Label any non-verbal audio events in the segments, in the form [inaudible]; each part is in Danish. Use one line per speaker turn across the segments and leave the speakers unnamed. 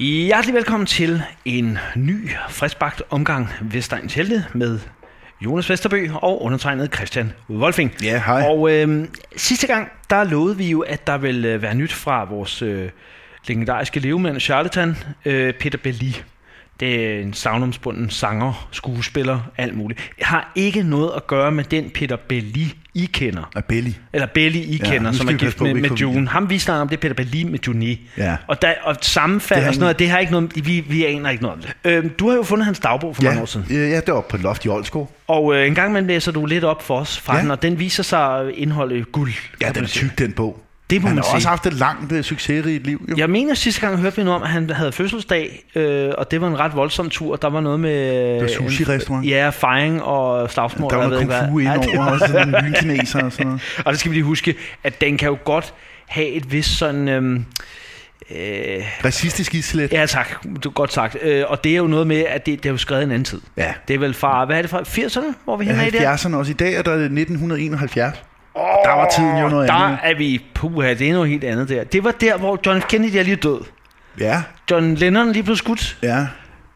Hjertelig velkommen til en ny, friskbagt omgang Vestegns Helte med Jonas Vesterbø og undertegnet Christian Wolfing.
Ja, hej.
Og øh, sidste gang, der lovede vi jo, at der ville øh, være nyt fra vores øh, legendariske levemand, charlatan øh, Peter Belli. Det er en savnomsbunden sanger, skuespiller, alt muligt. Har ikke noget at gøre med den Peter Belli, I kender.
Og Belly.
Eller Belly, I
Ja,
ja, kender,
nu
som er
skal vi passe
gift
på,
med,
vi
med
kommer videre.
June. Ham vi snakker om, det er Peter Berlin med Juni.
Ja.
Og, der, og sammenfald
Det er
og sådan
han-
noget, det har ikke noget, vi, vi aner ikke noget om det. Øhm, du har jo fundet hans dagbog for ja. mange år siden.
ja, ja, det var på et loft i Olskov.
Og øh, en gang imellem læser du lidt op for os fra ja.
Ja.
den, og den viser sig indeholde guld.
Ja,
kan
den
man
er
sige.
tyk, den bog.
Det må
Han
man
har også
sige.
haft et langt, øh, succesrigt liv. Jo.
Jeg mener sidste gang hørte vi noget om, at han havde fødselsdag, øh, og det var en ret voldsom tur. Der var noget med... øh,
Det var sushi-restaurant.
Ja, fejring og slagsmål.
der var
og jeg
noget
ved ikke
kung
hvad. Ja,
fu
det
indover,
var-
og sådan en lynkineser og sådan noget.
Og det skal vi lige huske, at den kan jo godt have et vist sådan... Øhm, øh,
Racistisk islet.
Ja tak, du, godt sagt. Øh, og det er jo noget med, at det, det er jo skrevet i en anden tid.
Ja.
Det er vel fra, hvad er det fra, 80'erne, hvor vi
Ja,
hen er i der?
70'erne også. I dag er der 1971. Oh, der var tiden jo noget
Der
andet.
er vi, puha, det er noget helt andet der. Det var der, hvor John F. Kennedy er lige død.
Ja,
John Lennon er lige blevet skudt.
ja.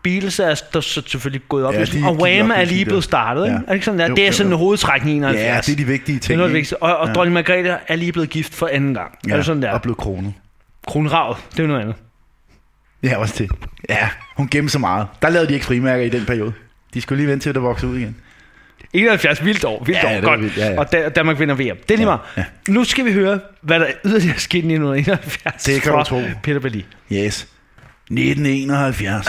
Beatles er st- så selvfølgelig gået op.
Ja,
Ja,
de
og
gik
Wham
op,
er
de
lige
gik
blevet
op.
startet.
Ja.
Ikke? Er det, ikke sådan, der?
Jo,
det er
jo,
sådan
jo.
en hovedtrækning i 71.
Ja, det er de vigtige
Det er
ting.
noget af det
ikke?
vigtigste. Og, og ja. dronning Margrethe er lige blevet gift for anden gang. Ja. Er det sådan
Ja,
der?
og blev kronet.
Kronravet, det er jo noget andet.
Ja, også det. Ja, hun gemte så meget. Der lavede de ikke frimærker i den periode. De skulle lige vente til, at det voksede ud igen.
71, vildt år, vildt ja,
Ja,
år,
det var
godt.
vildt, ja, ja.
Og da, Danmark vinder VM. Det er lige meget. Ja, ja. Nu skal vi høre, hvad der yderligere skete i 1971
Det kan du
fra
tro.
Peter Belli.
Yes. 1971.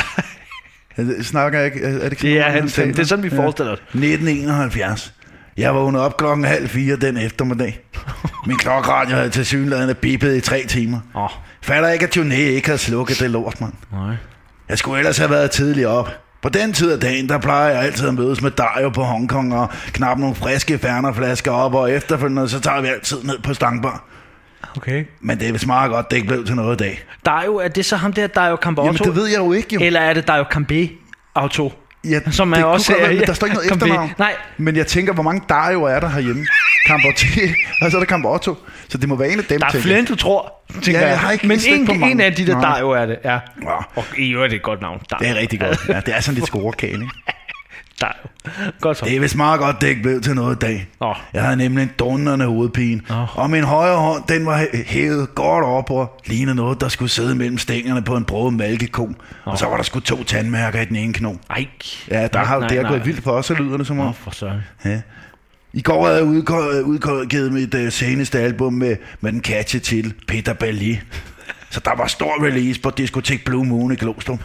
Jeg [laughs] Snakker jeg ikke? Er det, ikke
Det er,
sådan,
han, det er sådan, vi forestiller os.
1971. Jeg vågnede op klokken halv fire den eftermiddag. Min klokkeradio havde til synligheden bippet i tre timer.
Åh,
Fatter ikke, at Joné ikke havde slukket det lort, mand.
nej.
Jeg skulle ellers have været tidligt op. På den tid af dagen, der plejer jeg altid at mødes med Dario på Hongkong og knappe nogle friske færnerflasker op, og efterfølgende så tager vi altid ned på Stangbar.
Okay.
Men det er vist meget godt, det ikke blev til noget i dag.
Der er jo, er det så ham der, der er jo
Jamen,
Camborto?
det ved jeg jo ikke, jo.
Eller er det der er jo Cambé Auto?
Ja,
Som er
det kunne
også-
godt være, men
ja,
der står ikke noget
kom ved.
efternavn.
Nej.
Men jeg tænker, hvor mange Dario er der herhjemme? Kamp Otto, [laughs] og så er der Kamp Otto. Så det må være en af dem,
Der er
tænker
flere,
jeg.
end du tror, tænker
Ja,
ja,
jeg har
jeg.
ikke
Men
stykke på
en, en
mange.
af de der,
Nej.
der jo er det, ja.
Nå,
Og i øvrigt er det et godt navn. Der,
det er rigtig godt. Ja, det er sådan lidt scorekage, ikke?
Der er jo. Godt så.
Det er vist meget godt, det ikke blev til noget i dag.
Nå.
Jeg havde nemlig en dundrende hovedpine.
Nå.
Og min højre hånd, den var hæ- hævet godt op og lignede noget, der skulle sidde mellem stængerne på en brød mælkeko. Og så var der sgu to tandmærker i den ene knog.
Ej.
Ja, der
Nej,
har
nej,
det er
nej.
gået vildt for os, så lyder det som
Nå,
om.
for søren.
Ja. I går havde jeg udko- udgivet mit uh, seneste album med, med den catchy til Peter Belli. Så der var stor release på diskotek Blue Moon i Glostrup.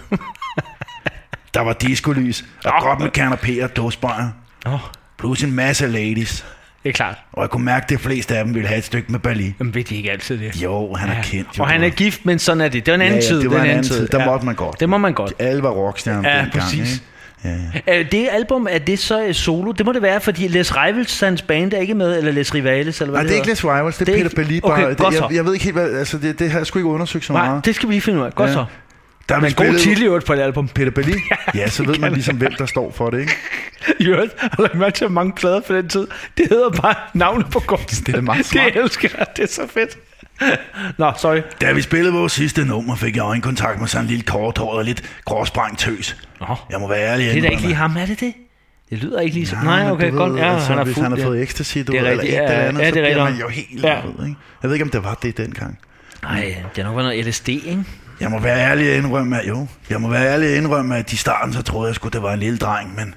der var discolys og godt med kanapéer og dåsbajer.
Nå,
Plus en masse ladies.
det er klart.
Og jeg kunne mærke, at de fleste af dem ville have et stykke med Belli.
Jamen ved de ikke altid det.
Jo, han er kendt. Jo,
Og han er gift, men sådan er det. Det var en anden
ja,
tid.
det var en anden tid. Der måtte man godt.
Det må man godt.
Alle var rockstjerner
Ja,
dengang,
præcis.
ikke? Ja, ja.
Øh, Det album, er det så øh, solo? Det må det være, fordi Les Rivals, hans band, er ikke med, eller Les Rivales, eller hvad
Nej, det er ikke Les Rivals, det er,
Det er
Peter
ikke-
Belli.
Okay,
bare.
godt
det, jeg,
så.
jeg, ved ikke helt, hvad, altså det, det har jeg sgu ikke undersøgt så
Nej,
meget.
det skal vi lige finde ud af. Godt
Ja.
så.
Der er
Men
blevet
god
spillet-
titel i øvrigt på et album.
Peter Belli? [laughs] Ja, så ved man ligesom, hvem der står for det, ikke?
[laughs] I øvrigt, har lagt mærke til, hvor mange plader for den tid. Det hedder bare navnet på kunsten.
Det er da meget
[laughs]
smart.
Det elsker jeg. Det er så fedt. [laughs] Nå, sorry.
Da vi spillede vores sidste nummer, fik jeg øjenkontakt med sådan en lille korthåret og lidt gråsprængt tøs.
Nå,
Jeg må være ærlig.
det er da
indrømme.
ikke lige ham, er det det? Det lyder ikke lige så.
men
Nej,
du
okay,
ved,
godt. Ja,
altså,
han er
hvis
fuld.
han har
ja.
fået ecstasy, du
Det er
ved, eller
rigtigt,
et eller
ja,
andet,
ja,
så
det er rigtigt
bliver man jo
nok.
helt
Ja.
ja. ved, ikke? Jeg ved ikke, om det var det dengang.
Nej, det har nok været noget LSD, ikke?
Jeg må være ærlig og indrømme, at jo. Jeg må være ærlig og indrømme, at i starten, så troede jeg sgu, det var en lille dreng, [laughs] men...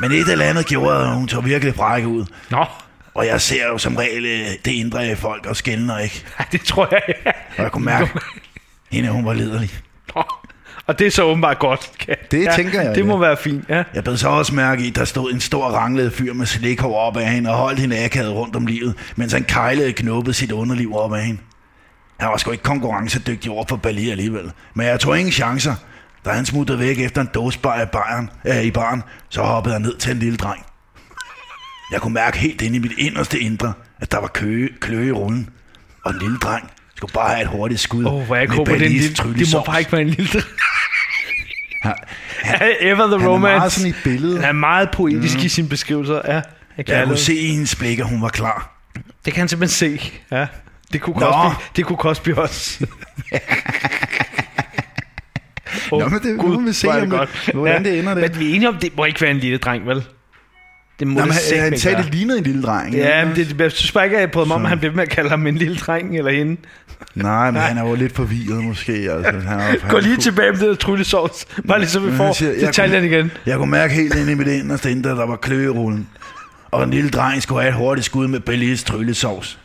Men et eller andet gjorde, at hun så virkelig brække ud.
[laughs] Nå,
Og jeg ser jo som regel øh, det indre i folk og skældner, ikke?
Ej, det tror jeg ja.
Og jeg kunne mærke, [laughs] hende hun var lederlig.
Nå. Og det er så åbenbart godt. kan-
Det tænker jeg,
Det må
ja.
være fint, ja.
Jeg blev så også mærke i, at der stod en stor ranglet fyr med slikhår op af hende og holdt hende akavet rundt om livet, mens han kejlede knoppet sit underliv op af hende. Han var sgu ikke konkurrencedygtig over for Bali alligevel, men jeg tog ingen chancer. Da han smuttede væk efter en dåsebar i baren, øh, i baren, så hoppede han ned til en lille dreng. Jeg kunne mærke helt inde i mit inderste indre, at der var kø, kløe i rullen, og den lille dreng skulle bare have et hurtigt skud
Åh, oh, hvor jeg ikke
med
håber, det, er en
Balis
lille, det må
tryllesovs.
bare ikke være en lille...
Han-
Ever the
han er
romance.
meget sådan i et billede.
Han er meget poetisk mm. i sine beskrivelser, ja. Jeg kan
Jeg kunne
allerede-
se i hendes blik, at hun var klar.
Det kan han simpelthen se, ja. Det kunne
Nå. [laughs]
Cosby, det kunne Cosby også.
Nå, men det Gud, må vi se,
hvor er
om det,
godt.
hvordan det ender det.
Men vi er enige om, det må ikke være en lille dreng, vel? Det må
Nå, men
det
han,
sikkert
han
ikke
sagde,
være.
det lignede en lille dreng.
Ja, men
ikke?
det, jeg synes bare ikke, at jeg prøvede mig om,
Så.
at han blev ved med at kalde ham en lille dreng eller hende.
Nej, men han er jo lidt forvirret måske. Altså. Han er, han
Gå lige tilbage med det der tryllesovs. Bare lige så vi
Men han
får
siger, jeg
detaljen igen.
Jeg kunne mærke helt ind i mit inderste indre, der var klø i rullen. Og en lille dreng skulle have et hurtigt skud med Bellies tryllesovs.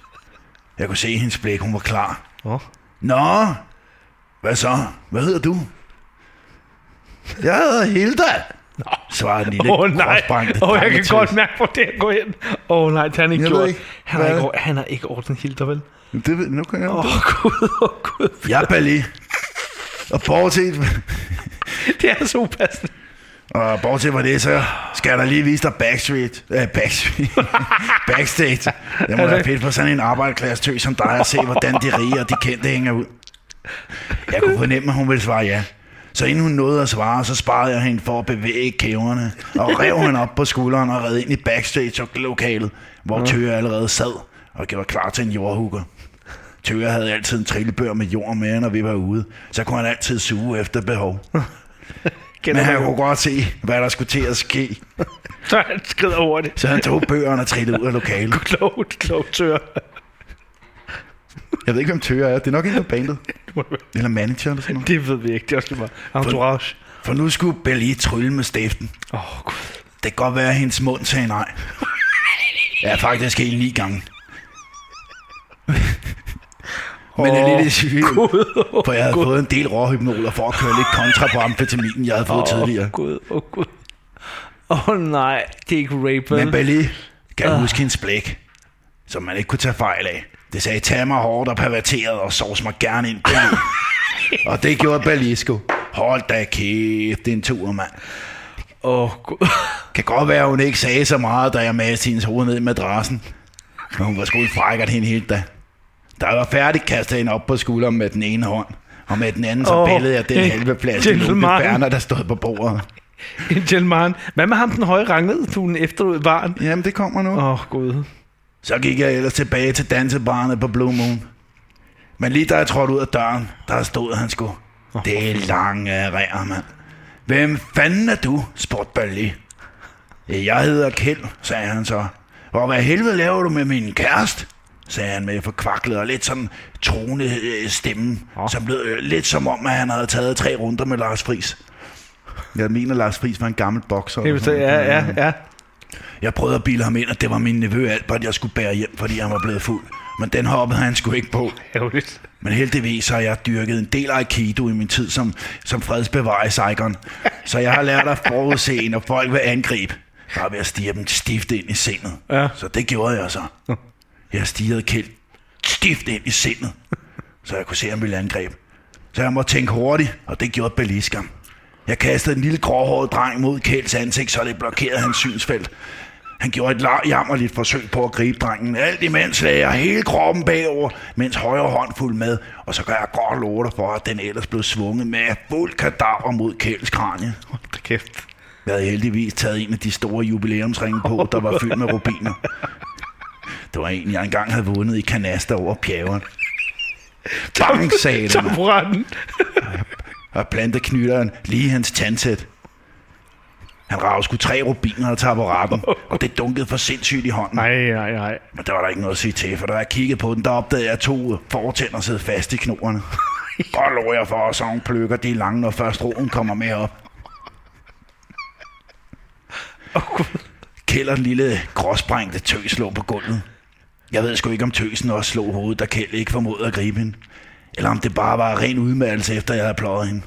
Jeg kunne se i hendes blik, hun var klar.
Nå.
Nå, hvad så? Hvad hedder du? Jeg hedder Hilda, svarede den lille
Åh oh, nej,
gråsbrængte
oh, jeg kan
drengetøs.
godt mærke, hvor det er gået hen. Åh oh, nej, det har han ikke
Jeg ved
gjort.
ikke,
Han har
hvad-
ikke, or- han har ikke ordnet Hilder, vel?
Det, ved- nu kan jeg
Åh oh, gud, åh oh, gud.
Jeg er Belli. Og bortset,
Det er så upassende.
og bortset fra det, så skal jeg da lige vise dig Backstreet. Äh, backstreet. [laughs] Backstage. Det må være fedt for sådan en arbejderklasse tøs som dig at se, hvordan de rige og de kendte hænger ud. Jeg kunne fornemme, at hun ville svare ja. Så inden hun nåede at svare, så sparede jeg hende for at bevæge kæverne, og rev hende op på skulderen og red ind i backstage-lokalet, hvor Tøger allerede sad og gjorde klar til en jordhugger. Tøger havde altid en trillebør med jord med, når vi var ude, så kunne han altid suge efter behov.
Kender
Men
du
han
det?
kunne godt se, hvad der skulle til at ske.
Så han skrider over det.
Så han tog bøgerne og trillede ud af lokalet.
Klogt, klogt tør.
[laughs] Jeg ved ikke, hvem Tøger er. Det er nok en af bandet. Eller manager eller sådan noget.
Det ved vi ikke. Det er også lige meget. Entourage.
For nu skulle Belli trylle med stiften.
Åh, oh, gud.
Det kan godt være, at hendes mund sagde [laughs] nej. Ja, faktisk hele ni gange. Men jeg er lidt i tvivl,
Gud,
for jeg havde fået en del råhypnoler for at køre lidt kontra på amfetaminen, jeg havde fået tidligere.
Åh, gud, åh, gud. Åh, oh, nej. Det er ikke rape,
Men
vel?
Belli kan
Ah.
huske hendes blik, som man ikke kunne tage fejl af. Det sagde, tag mig hårdt og perverteret, og sovs mig gerne ind,
[laughs]
Belli. og det gjorde Belli sgu. Hold da kæft, det er en tur, mand.
Åh, oh, gud.
Kan godt være, hun ikke sagde så meget, da jeg maste hendes hoved ned i madrassen. Men hun var sgu en frækkert hende helt da. Da jeg var færdig, kastede jeg hende op på skulderen med den ene hånd. Og med den anden, så
Åh,
oh, bællede jeg den
en
halve flaske
gentleman.
lumpeferner, der stod på bordet.
En gentleman. Hvad med ham, den høje ranglede, du den efterlod i baren?
Jamen, det kommer nu.
Åh, oh, gud.
Så gik jeg ellers tilbage til dansebarnet på Blue Moon. Men lige da jeg trådte ud af døren, der stod han sgu. Det er lange ræer, mand. Hvem fanden er du, spurgte Bally. Jeg hedder Kjeld, sagde han så. Og hvad helvede laver du med min kæreste? sagde han med forkvaklet og lidt sådan troende øh, stemme,
Nå.
som lød øh, lidt som om, at han havde taget tre runder med Lars Friis. Jeg mener, Lars Friis var en gammel bokser.
Det
eller
vil
sådan
sige,
noget.
ja, ja, ja.
Jeg prøvede at bilde ham ind, at det var min nevø Albert, jeg skulle bære hjem, fordi han var blevet fuld. Men den hoppede han sgu ikke på.
Ærgerligt.
Men heldigvis har jeg dyrket en del aikido i min tid som, som fredsbevarer i Saigon. Så jeg har lært at forudse, når folk vil angribe. Bare ved at stige dem stift ind i sindet.
Ja.
Så det gjorde jeg så. Jeg stirrede Kjeld stift ind i sindet, så jeg kunne se, at han ville angribe. Så jeg måtte tænke hurtigt, og det gjorde Beliskam. Jeg kastede en lille gråhåret dreng mod Kjelds ansigt, så det blokerede hans synsfelt. Han gjorde et lar- jammerligt forsøg på at gribe drengen. Alt imens lagde jeg hele kroppen bagover, mens højre hånd fulgte med. Og så gør jeg godt love dig for, at den ellers blev svunget med fuld kadaver mod Kjelds kranje.
Hold da kæft.
Jeg havde heldigvis taget en af de store jubilæumsringe på, der var fyldt med rubiner. Det var en, jeg engang havde vundet i kanaster over pjæveren. Bang, sagde det, mand.
Tamburetten.
og planter knytteren lige i hans tandsæt. Han rav sgu tre rubiner og taburetten, og det dunkede for sindssygt i hånden.
Nej, nej, nej.
Men der var der ikke noget at sige til, for da jeg kiggede på den, der opdagede jeg at to fortænder sidde fast i knoerne. Og lå jeg for, at sådan pløkker de er lange, når først roen kommer med op.
Åh, gud.
Kjeld og den lille gråsprængte tøs lå på gulvet. Jeg ved sgu ikke, om tøsen også slog hovedet, da Kjeld ikke formåede at gribe hende. Eller om det bare var ren udmattelse, efter jeg havde pløjet hende.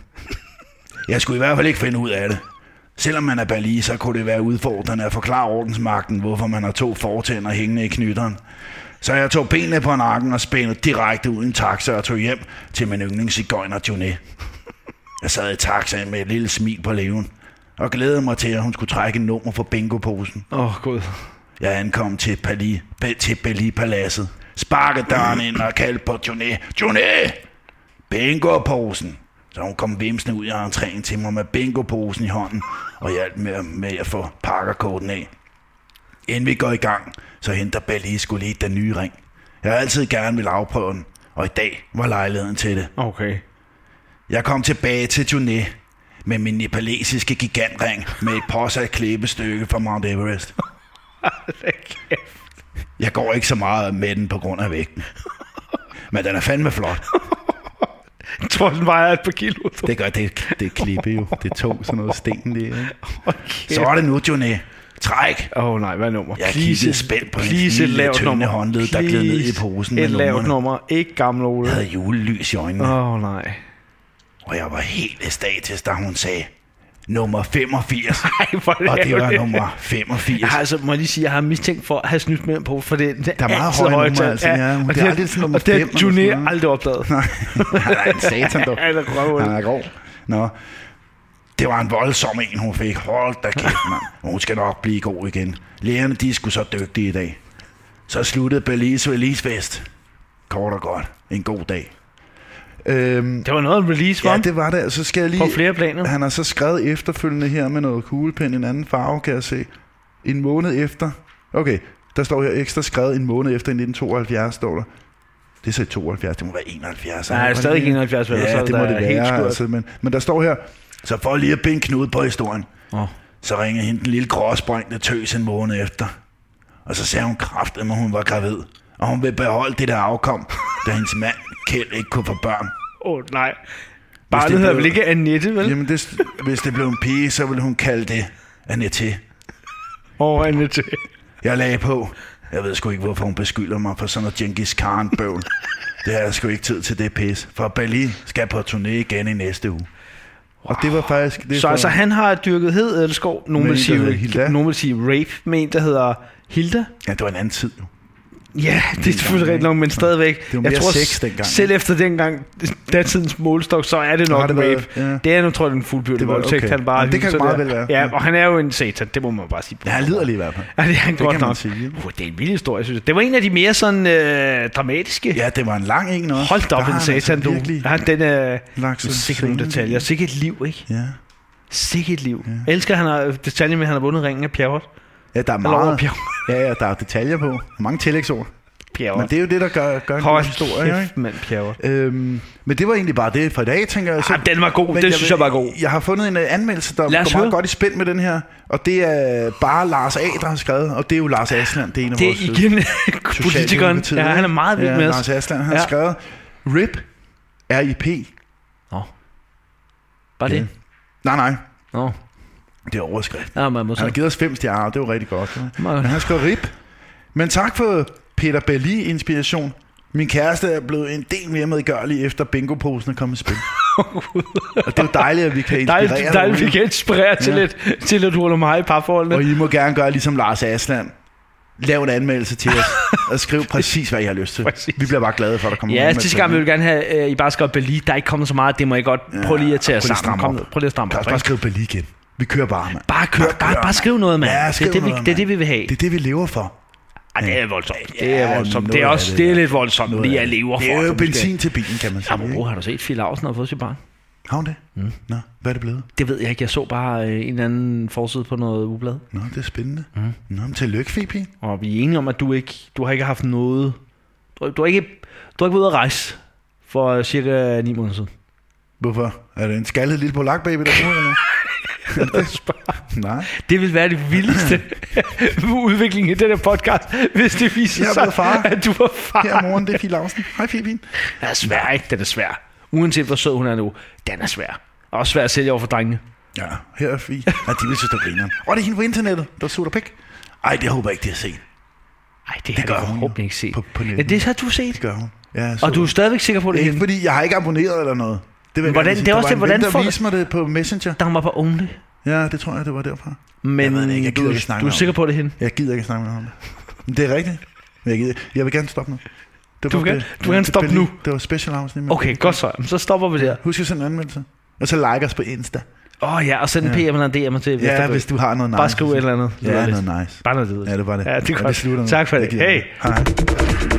[laughs] Jeg skulle i hvert fald ikke finde ud af det. Selvom man er bali, så kunne det være udfordrende at forklare ordensmagten, hvorfor man har to fortænder hængende i knytteren. Så jeg tog benene på nakken og spændte direkte ud i en taxa og tog hjem til min yndlingsigøjner Juné. Jeg sad i taxaen med et lille smil på læben og glædede mig til, at hun skulle trække en nummer fra bingoposen.
Åh, oh, gud.
Jeg ankom til, Pali, pa, til Bali-paladset, sparkede døren ind og kaldte på Joné. Joné! Bingo-posen! Så hun kom vimsende ud af entréen til mig med bingo-posen i hånden, og hjalp med, med at få pakkerkorten af. Inden vi går i gang, så henter Bali skulle lige den nye ring. Jeg har altid gerne vil afprøve den, og i dag var lejligheden til det.
Okay.
Jeg kom tilbage til Joné
med min nepalesiske gigantring med et påsat klæbestykke fra Mount Everest. Jeg går ikke så meget med den på grund af vægten. Men den er fandme flot.
Jeg tror, den vejer et par kilo.
Det gør det, det klippe jo. Det tog sådan noget sten lige. Ikke?
Okay.
Så er det nu, Johnny. Træk!
Åh oh, nej, hvad nummer?
Jeg
Please
kiggede
et-
spændt på
please
hans
et
lille,
lavt
tynde
nummer.
håndled, der gled ned i
Please
posen med
Et lavt
numrene.
nummer. Ikke gammel Ole.
Jeg havde julelys i øjnene,
Åh oh, nej.
og jeg var helt æstatisk, da hun sagde nummer 85.
Ej, hvor er
Og det var
ærgerligt.
nummer 85.
[laughs] Jeg har altså, må jeg lige sige, jeg har mistænkt for at have snydt med på, for det, det
Der er meget
altid
høje numre,
tal.
altså, ja. Det er aldrig sådan nummer
og det
fem eller
har
sådan
Juné
noget.
aldrig opdaget.
Nej, han er en satan dog.
Han er røvhul.
Han er grov. Nå. Det var en voldsom en, hun fik. Hold da kæft, mand. Hun skal nok blive god igen. Lærerne, de er sgu så dygtige i dag. Så sluttede Belize Releasefest. Kort og godt. En god dag.
Øhm,
Det var noget af en release, var
ja,
ja,
det var det. Så skal jeg lige...
På flere planer.
Han har så skrevet efterfølgende her med noget kuglepen, en anden farve, kan jeg se. En måned efter. Okay, der står her ekstra skrevet en måned efter i 1972, står der. Det er så i 72, det må være
71.
Nej,
ikke?
stadig 71, vel?
Ja,
så
det må
der
det
er Helt
være,
skørt.
altså, men, men der står her,
Så for lige at binde knude på historien,
Åh.
så ringede hende den lille gråsprængte tøs en måned efter. Og så sagde hun kraftigt, at hun var gravid. Og hun ville beholde det der afkom, da hendes mand, Kjeld, ikke kunne få børn.
Åh, oh, nej. Barnet
det
hedder
blev-
vel ikke Annette, vel?
jamen det,
Hvis det blev en pige, så ville hun kalde det Annette.
Åh, oh, Annette.
Jeg lagde på. Jeg ved sgu ikke, hvorfor hun beskylder mig for sådan noget Genghis
[laughs]
Khan-bøvl. Det har jeg sgu ikke tid til det pis. For Bali skal på turné igen i næste uge.
og det var faktisk... Det
Så altså, han har dyrket hed Edelskov. Nogen
Med
vil, sige,
en, der hedder Hilda.
nogen vil sige rape med en, der hedder Hilda.
Ja, det var en anden tid. jo.
Ja, det er selvfølgelig
ikke?
rigtigt nok, men stadigvæk.
var mere
jeg tror,
sex dengang,
Selv efter dengang, datidens målestok, så er det
Har
nok
det
det
været-
rape.
ja.
ja. Det er nu, tror jeg, den fuldbyrdte
Det var-
voldtægt.
okay.
Han bare
Men det kan
hygger
meget
sig
vel
der.
være.
Ja, og han er jo en satan, det må man bare sige.
Ja, han lider lige i hvert fald.
Ja, [laughs] det er han det
kan
godt
man
nok.
sige.
Uh, det er en vild historie, synes jeg. Det var en af de mere sådan øh, dramatiske.
Ja, det var en lang en også.
Hold da
Der
op,
har
en
han altså
satan, du.
virkelig
Ja, den øh, er...
Lagt sig
Sikkert nogle detaljer. Sikkert et liv, ikke?
Ja.
Sikkert et liv. Ja. Elsker, at han har detaljer med, at han har vundet ringen af Pjerrot.
ja, der er
Eller over
meget...
Pjerrot.
Ja, ja, der er detaljer på. Mange tillægsord.
Pjerrot.
Men det er jo det, der gør, gør en god historie,
Hold
ikke?
kæft, mand, Pjerrot.
Øhm, men det var egentlig bare det for i dag, tænker jeg. Så,
Ah, den var god. Den synes jeg var god.
Jeg har fundet en øh, anmeldelse, der går
Lad os
meget høre.
høre.
godt i spænd med den her. Og det er bare Lars A, der har skrevet. Og det er jo Lars Asland, det er en af
Det
vores...
er [laughs]
øh,
igen politikeren.
Socialdemokratiet,
Ja, han er meget vild
ja,
med
Lars
os.
Asland, han ja.
Ja.
skrev RIP, RIP.
Nå. Bare det?
Nej, nej,
Nå.
det er overskrift.
Ja, man må
Han har
så.
givet os fem stjerner, det var rigtig godt.
Meget
Men
godt.
han skrev RIP. Men tak for Peter Belli inspiration. Min kæreste er blevet en del mere medgørlig efter bingoposen er kommet
[laughs]
i spil. og det er jo dejligt, at vi kan inspirere
Dejligt, dejligt, vi
derude.
kan inspirere til lidt, til lidt hul og mig i parforholdene.
Og I må gerne gøre ligesom Lars Asland. Lav en anmeldelse til os,
[laughs]
og skriv præcis, hvad I har lyst til.
Præcis.
Vi bliver bare glade for, at der kommer en
Ja,
anmeldelse.
sidste gang ville vi gerne have, øh, I bare skrev Berlin. Der er ikke kommet så meget, det må I godt prøve lige at tage
prøv
os
lige at
sammen.
stramme
Kom
op.
nu, prøv lige at stramme
Kan
op.
også bare skrive Belli igen. Vi kører bare, mand.
Bare kør, bare, bare skriv noget, mand.
Ja,
det,
skriv
er det, vi,
noget,
det er det,
mand.
vi vil have.
Det er det, vi lever for.
Ej, det er voldsomt.
Ja,
Det er voldsomt. Det er
noget
også
af det,
det er
ja.
lidt voldsomt,
Noget
lige
af
at leve for.
Det er jo
at du skal-
benzin til bilen, kan man sige.
Jamen,
ikke?
bro, har du set, Fie Larsen har fået sit barn?
Har hun det? Mm. Nå, hvad er det blevet?
Det ved jeg ikke. Jeg så bare øh, en eller anden forside på noget ublad.
Nå, det er spændende. Mm. Nå, men tillykke, Fibi.
Og vi er enige om, at du ikke, du har ikke haft noget... Du, du, har ikke, du har ikke været ude at rejse for øh, cirka 9 måneder [laughs] siden.
Hvorfor? Er det en skaldet lille polakbaby, der kommer
[laughs]
eller hvad? Nej.
Det vil være det vildeste [laughs] udvikling i den her podcast, hvis det viser
Jeg er blevet
sig,
far.
at du var far.
Her er moren, det er Fie Lausen. Hej, Fibi.
Den er svær, ikke? Den er svær. Uanset hvor sød hun er nu, den er svær. Også svær at sælge over for drengene.
Ja, her er Fie.
Ja, de ville synes, der griner.
Og det er hende på internettet, der sutter pik.
Ej, det håber jeg ikke, de har set.
Ej, det, det har
gør
jeg
hun jo.
forhåbentlig ikke set.
På- på
ja,
nettet.
det har du set.
Det gør hun. Ja, så
Og du er stadigvæk sikker på, at det er
Ikke
hende?
fordi, jeg har ikke abonneret eller noget. Det, vil jeg
Hvordan-
gerne sige.
det er også
der
det,
var
hvordan
en ven, der
får-
viste mig det på Messenger.
Der var på Only.
Ja, det tror jeg, det var derfra.
Men
ved det ikke, jeg gider
du,
ikke snakke
du er
om
sikker på, at det er hende?
Jeg gider ikke snakke med ham. Men det er rigtigt. Men jeg, gider. jeg vil gerne stoppe nu. Det
Du
var
vil
det-
gerne- du vil gerne
det-
stoppe
det-
nu?
Det var special afsnit. med-
Okay, godt så. Jamen, Så stopper vi der.
Husk at sende en anmeldelse. Og så like os på Insta.
Åh oh, ja, og send en PM eller en DM til
Ja,
Vesterbro.
hvis du har noget nice.
Bare skriv et eller andet.
Ja,
Lyderligt.
noget nice.
Bare noget, det
Ja, det var det.
Ja, det er
Og
godt.
slutter nu.
Tak for det.
gider jeg
Hey.
ikke. Hej.